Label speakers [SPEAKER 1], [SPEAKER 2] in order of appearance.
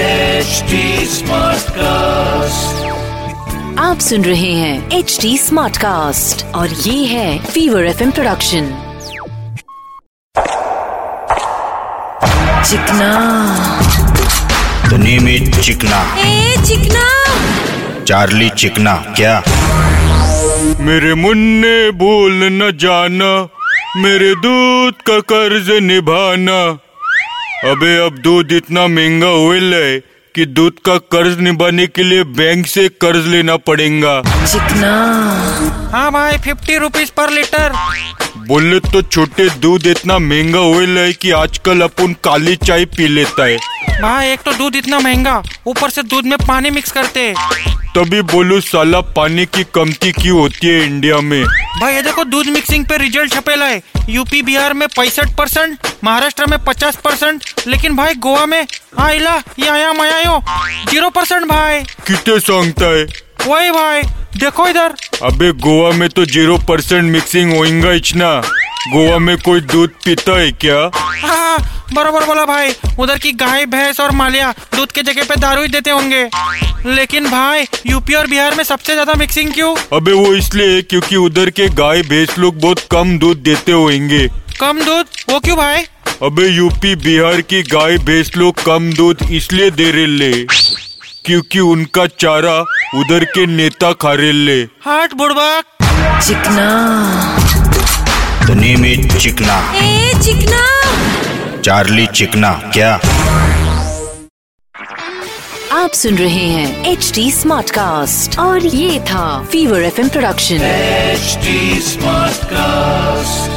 [SPEAKER 1] HD Smartcast.
[SPEAKER 2] आप सुन रहे हैं एच डी स्मार्ट कास्ट और ये है फीवर एफ प्रोडक्शन चिकना
[SPEAKER 3] धनी में चिकना
[SPEAKER 2] ए चिकना
[SPEAKER 3] चार्ली चिकना क्या
[SPEAKER 4] मेरे मुन्ने भूल न जाना मेरे दूध का कर्ज निभाना अबे अब दूध इतना महंगा हुए है कि दूध का कर्ज निभाने के लिए बैंक से कर्ज लेना पड़ेगा
[SPEAKER 2] चिकना
[SPEAKER 5] हाँ भाई फिफ्टी रुपीज पर लीटर
[SPEAKER 4] बोले तो छोटे दूध इतना महंगा हुए है कि आजकल अपन काली चाय पी लेता है
[SPEAKER 5] भाई एक तो दूध इतना महंगा ऊपर से दूध में पानी मिक्स करते हैं
[SPEAKER 4] तभी बोलू साला पानी की कमती क्यों होती है इंडिया में
[SPEAKER 5] भाई ये देखो दूध मिक्सिंग पे रिजल्ट छपेला है यूपी बिहार में पैंसठ परसेंट महाराष्ट्र में पचास परसेंट लेकिन भाई गोवा में आइला या मयायो जीरो परसेंट भाई
[SPEAKER 4] कितने सांगता है
[SPEAKER 5] वही भाई देखो इधर
[SPEAKER 4] अबे गोवा में तो जीरो परसेंट मिक्सिंग होएगा इचना गोवा में कोई दूध पीता है क्या
[SPEAKER 5] हाँ बराबर बोला भाई उधर की गाय भैंस और मालिया दूध के जगह पे दारू ही देते होंगे लेकिन भाई यूपी और बिहार में सबसे ज्यादा मिक्सिंग क्यों
[SPEAKER 4] अबे वो इसलिए है क्योंकि उधर के गाय भैंस लोग बहुत कम दूध देते होंगे
[SPEAKER 5] कम दूध वो क्यों भाई
[SPEAKER 4] अबे यूपी बिहार की गाय भैंस लोग कम दूध इसलिए दे रहे ले क्योंकि उनका चारा उधर के नेता खा रहे ले
[SPEAKER 5] हार्ट बुड़बक
[SPEAKER 2] चिकना
[SPEAKER 3] धनी में चिकना
[SPEAKER 2] ए चिकना
[SPEAKER 3] चार्ली चिकना क्या
[SPEAKER 2] आप सुन रहे हैं एच डी स्मार्ट कास्ट और ये था fever F production
[SPEAKER 1] HD Smartcast.